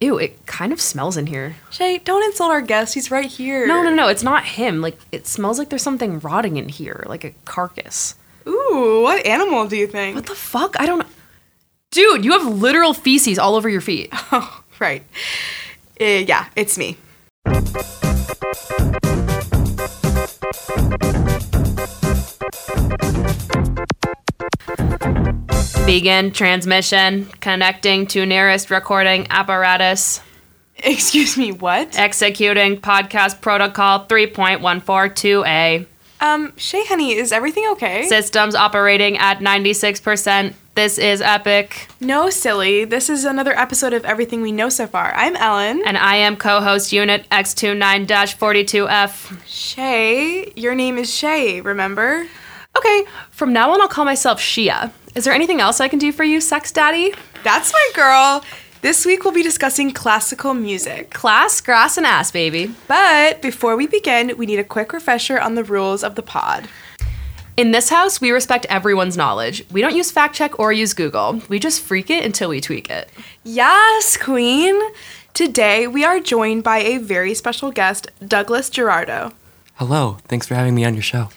Ew, it kind of smells in here. Shay, don't insult our guest. He's right here. No, no, no, it's not him. Like it smells like there's something rotting in here, like a carcass. Ooh, what animal do you think? What the fuck? I don't Dude, you have literal feces all over your feet. Oh, right. Uh, yeah, it's me. Begin transmission, connecting to nearest recording apparatus, Excuse me, what? executing podcast protocol 3.142A. Um, Shay, honey, is everything okay? Systems operating at 96%. This is Epic, no, silly. This is another episode of Everything We Know So Far. I'm Ellen. and I am co host unit X29 42F. Shay, your name is Shay, remember? Okay, from now on, I'll call myself Shia. Is there anything else I can do for you, sex daddy? That's my girl. This week we'll be discussing classical music. Class, grass, and ass, baby. But before we begin, we need a quick refresher on the rules of the pod. In this house, we respect everyone's knowledge. We don't use fact check or use Google. We just freak it until we tweak it. Yes, Queen! Today we are joined by a very special guest, Douglas Gerardo. Hello, thanks for having me on your show.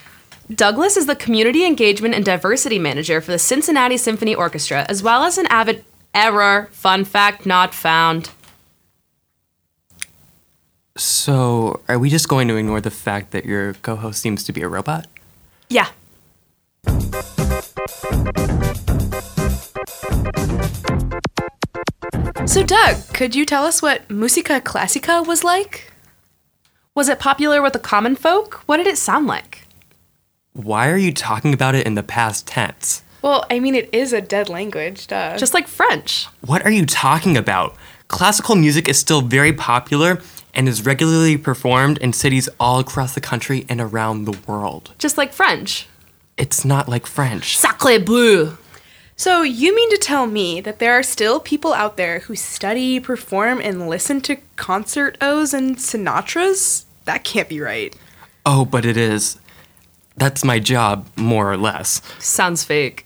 Douglas is the community engagement and diversity manager for the Cincinnati Symphony Orchestra, as well as an avid error, fun fact not found. So, are we just going to ignore the fact that your co host seems to be a robot? Yeah. So, Doug, could you tell us what Musica Classica was like? Was it popular with the common folk? What did it sound like? Why are you talking about it in the past tense? Well, I mean, it is a dead language, duh. Just like French. What are you talking about? Classical music is still very popular and is regularly performed in cities all across the country and around the world. Just like French. It's not like French. Sacre bleu. So, you mean to tell me that there are still people out there who study, perform, and listen to concertos and Sinatras? That can't be right. Oh, but it is. That's my job, more or less. Sounds fake.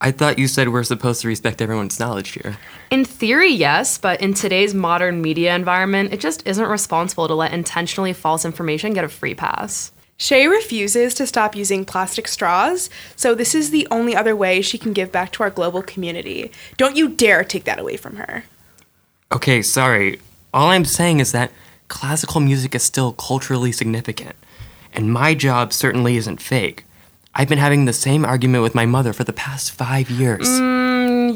I thought you said we're supposed to respect everyone's knowledge here. In theory, yes, but in today's modern media environment, it just isn't responsible to let intentionally false information get a free pass. Shay refuses to stop using plastic straws, so this is the only other way she can give back to our global community. Don't you dare take that away from her. Okay, sorry. All I'm saying is that classical music is still culturally significant, and my job certainly isn't fake. I've been having the same argument with my mother for the past five years.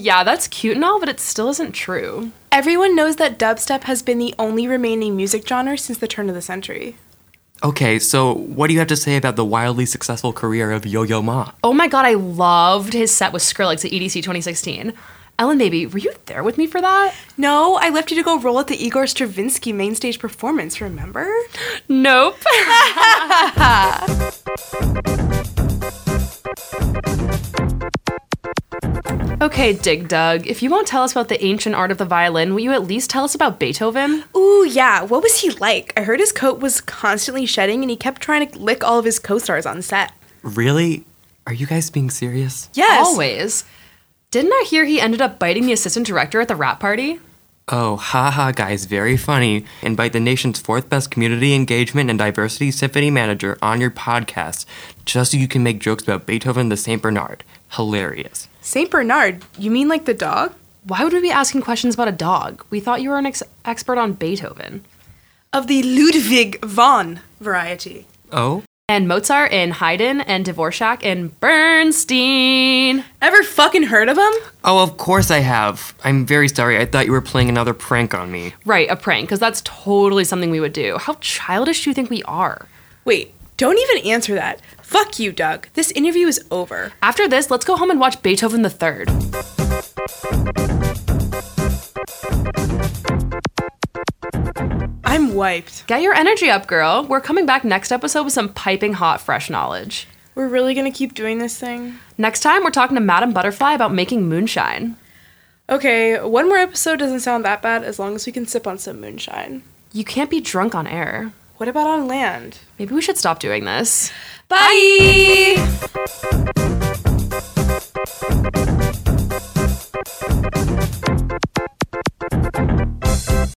Yeah, that's cute and all, but it still isn't true. Everyone knows that dubstep has been the only remaining music genre since the turn of the century. Okay, so what do you have to say about the wildly successful career of Yo Yo Ma? Oh my god, I loved his set with Skrillex at E EDC 2016. Ellen, baby, were you there with me for that? No, I left you to go roll at the Igor Stravinsky main stage performance, remember? Nope. okay, Dig Dug, if you won't tell us about the ancient art of the violin, will you at least tell us about Beethoven? Ooh, yeah, what was he like? I heard his coat was constantly shedding and he kept trying to lick all of his co stars on set. Really? Are you guys being serious? Yes. Always. Didn't I hear he ended up biting the assistant director at the rap party? Oh, haha, guys, very funny. Invite the nation's fourth best community engagement and diversity symphony manager on your podcast just so you can make jokes about Beethoven the St. Bernard. Hilarious. St. Bernard, you mean like the dog? Why would we be asking questions about a dog? We thought you were an ex- expert on Beethoven. Of the Ludwig von variety. Oh? And Mozart in Haydn and Dvorak in Bernstein. Ever fucking heard of him? Oh, of course I have. I'm very sorry. I thought you were playing another prank on me. Right, a prank, because that's totally something we would do. How childish do you think we are? Wait, don't even answer that. Fuck you, Doug. This interview is over. After this, let's go home and watch Beethoven III. I'm wiped. Get your energy up, girl. We're coming back next episode with some piping hot fresh knowledge. We're really gonna keep doing this thing? Next time, we're talking to Madame Butterfly about making moonshine. Okay, one more episode doesn't sound that bad as long as we can sip on some moonshine. You can't be drunk on air. What about on land? Maybe we should stop doing this. Bye!